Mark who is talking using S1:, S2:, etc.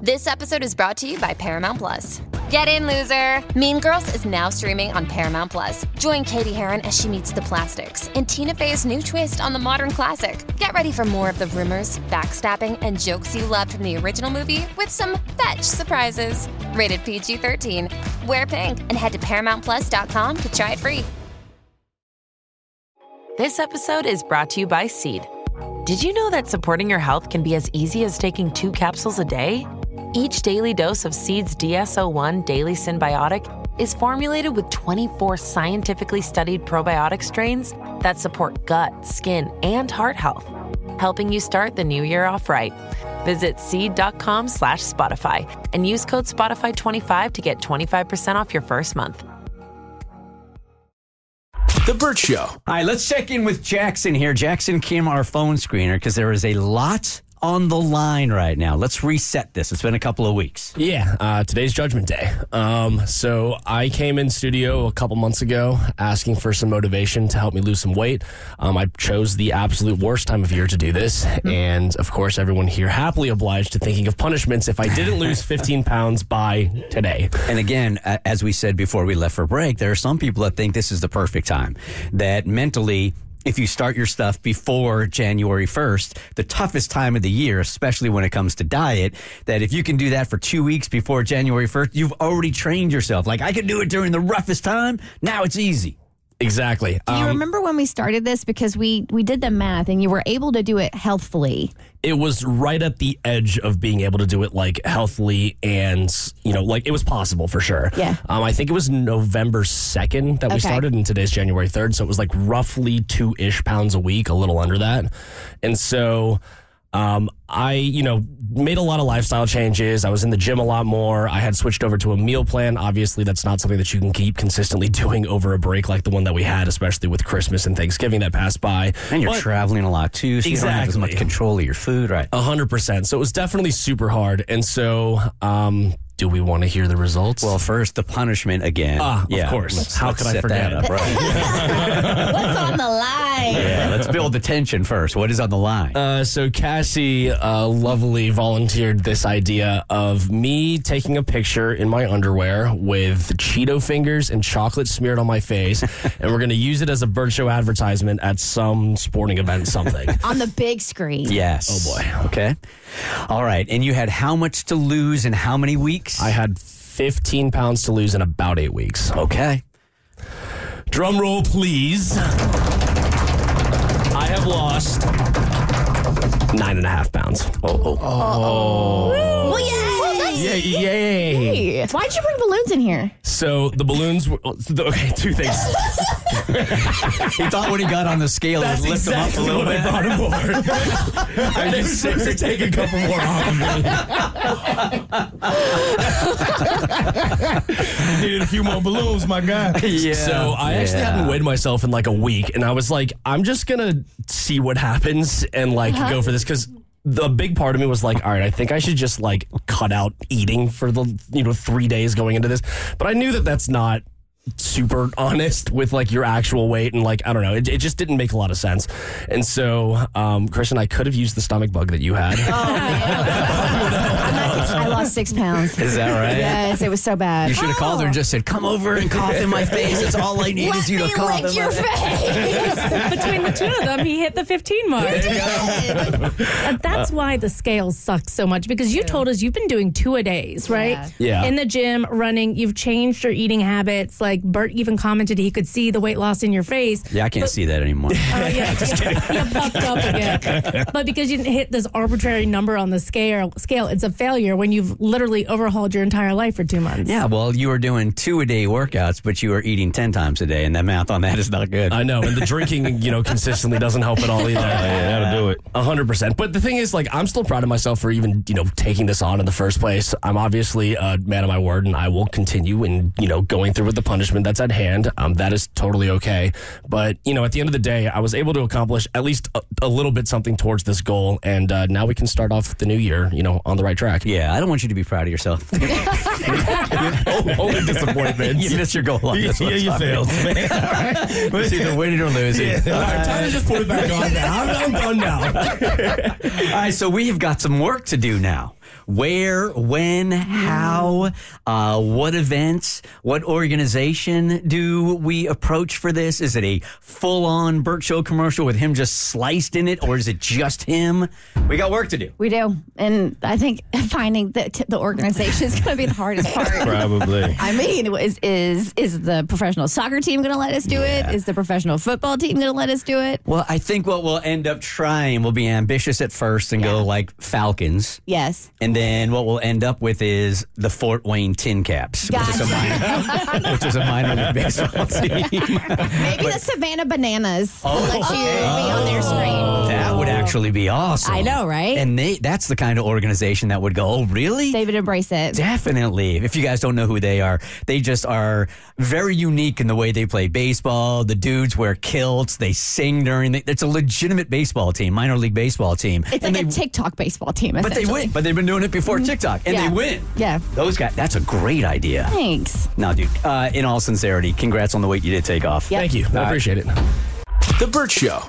S1: This episode is brought to you by Paramount Plus. Get in, loser! Mean Girls is now streaming on Paramount Plus. Join Katie Heron as she meets the plastics in Tina Fey's new twist on the modern classic. Get ready for more of the rumors, backstabbing, and jokes you loved from the original movie with some fetch surprises. Rated PG 13. Wear pink and head to ParamountPlus.com to try it free.
S2: This episode is brought to you by Seed. Did you know that supporting your health can be as easy as taking two capsules a day? Each daily dose of Seed's DSO1 Daily Symbiotic is formulated with 24 scientifically studied probiotic strains that support gut, skin, and heart health, helping you start the new year off right. Visit seed.com slash Spotify and use code Spotify25 to get 25% off your first month.
S3: The Burt Show. All right, let's check in with Jackson here. Jackson came on our phone screener because there is a lot on the line right now. Let's reset this. It's been a couple of weeks.
S4: Yeah, uh, today's Judgment Day. Um, so I came in studio a couple months ago asking for some motivation to help me lose some weight. Um, I chose the absolute worst time of year to do this, and of course, everyone here happily obliged to thinking of punishments if I didn't lose 15 pounds by today.
S3: And again, a- as we said before we left for break, there are some people that think this is the perfect time. That mentally, if you start your stuff before January 1st, the toughest time of the year, especially when it comes to diet, that if you can do that for two weeks before January 1st, you've already trained yourself. Like, I could do it during the roughest time. Now it's easy.
S4: Exactly.
S5: Do you
S4: Um,
S5: remember when we started this? Because we we did the math, and you were able to do it healthfully.
S4: it was right at the edge of being able to do it like healthily and you know like it was possible for sure
S5: Yeah.
S4: um, i think it was november 2nd that we
S5: Okay.
S4: started and today's january 3rd so it was like roughly two-ish pounds a week a little under that and so um, i you know made a lot of lifestyle changes i was in the gym a lot more i had switched over to a meal plan obviously that's not something that you can keep consistently doing over a break like the one that we had especially with christmas and thanksgiving that passed by
S3: And you're
S4: But-
S3: traveling a lot too, so you don't have as much
S4: Exactly.
S3: control of your food, right?
S4: A hundred percent. So it was definitely super hard. And so, um, do we want to hear the results?
S3: Well, first the punishment again.
S4: Ah, of course. How could I
S3: set that
S4: forget?
S3: up, right?
S5: What's on the line?
S3: yeah, let's build the tension first. What is on the line?
S4: uh, so Cassie, uh, lovely volunteered this idea of me taking a picture in my underwear with Cheeto fingers and chocolate smeared on my face, and we're gonna use it as a bird show advertisement at some sporting event, something.
S5: On the big screen.
S3: yes.
S4: oh,
S3: boy. Okay. All right. And you had how much to lose in how many weeks?
S4: I had 15 pounds to lose in about eight weeks.
S3: okay.
S4: Drum roll, please. I have lost nine and a half pounds. Oh,
S5: Well, yay!
S4: Yay, yay.
S5: Why'd you bring balloons in here?
S4: So the balloons were. oh, th- Okay, two things.
S3: He thought when he got on the scale, it would lift him up a little bit.
S4: brought aboard. I
S3: you
S4: was supposed to take a couple more off of me. Needed a few more balloons, my guy.
S3: Yeah.
S4: So I actually
S3: Yeah.
S4: hadn't weighed myself in like a week, and I was like, I'm just gonna see what happens and like go for this because. The big part of me was like, all right, I think I should just like cut out eating for the you know three days going into this, but I knew that that's not super honest with like your actual weight and like I don't know, it, it just didn't make a lot of sense, and so um, Christian, I could have used the stomach bug that you had.
S5: I lost six pounds.
S3: Is that right?
S5: Yes, it was so bad.
S3: You should have called her and just said, "Come over and cough in my face. It's all I need is you to cough." in my face."
S6: between the two of them, he hit the 15 mark. And that's why the scales suck so much because you told us you've been doing two a days, right?
S4: Yeah. Yeah.
S6: In the gym, running, you've changed your eating habits. Like Bert even commented, he could see the weight loss in your face.
S3: Yeah, I can't see that anymore.
S6: Oh, yeah, yeah, puffed up again. But because you didn't hit this arbitrary number on the scale, scale, it's a failure when you've literally overhauled your entire life for two months.
S3: Yeah, well, you were doing two a day workouts, but you were eating ten times a day, and that math on that is not good.
S4: I know, and the drinking, you know, consistently doesn't help at all either. Oh, yeah, that'll do it. hundred percent. But the thing is, like, I'm still proud of myself for even, you know, taking this on in the first place. I'm obviously a man of my word, and I will continue in, you know, going through with the punishment that's at hand. Um, that is totally okay. But you know, at the end of the day, I was able to accomplish at least a, a little bit something towards this goal, and uh, now we can start off the new year, you know, on the right track.
S3: Yeah, I don't want you to be proud of yourself.
S4: oh, only disappointments.
S3: you missed your goal on this one. Sorry.
S4: man.
S3: It's either winning or losing.
S4: All right, time to just put it back on now. I'm, I'm done now.
S3: All right, so we've got some work to do now. where, when, how, uh, what events, what organization do we approach for this? Is it a full on Burt Show commercial with him just sliced in it, or is it just him? We got work to do.
S5: We do. And I think finding the, t- the organization is going to be the hardest part.
S7: Probably.
S5: I mean, is is is the professional soccer team going to let us do it? Is the professional football team going to let us do it?
S3: Well, I think what we'll end up trying, we'll be ambitious at first and go like Falcons.
S5: Yes.
S3: And then what we'll end up with is the Fort Wayne Tin Caps, which, is a minor, which is a minor league baseball team.
S5: Maybe the Savannah Bananas will let you be on their screen.
S3: Oh. That would actually be awesome.
S5: I know, right?
S3: And they, that's the kind of organization that would go, oh, really?
S5: They would embrace it.
S3: Definitely. If you guys don't know who they are, they just are very unique in the way they play baseball. The dudes wear kilts. They sing during the. It's a legitimate baseball team, minor league baseball team.
S5: It's like
S3: And
S5: a
S3: they-
S5: TikTok baseball team.
S3: But they
S5: essentially.
S3: win. Mm-hmm. But they've been doing it before TikTok, and
S5: Yeah.
S3: they win.
S5: Yeah.
S3: Those guys. That's a great idea.
S5: Thanks.
S3: No, dude. Uh, in all sincerity, congrats on the weight you did take off.
S4: Thank you. I appreciate it.
S8: The Burt Show.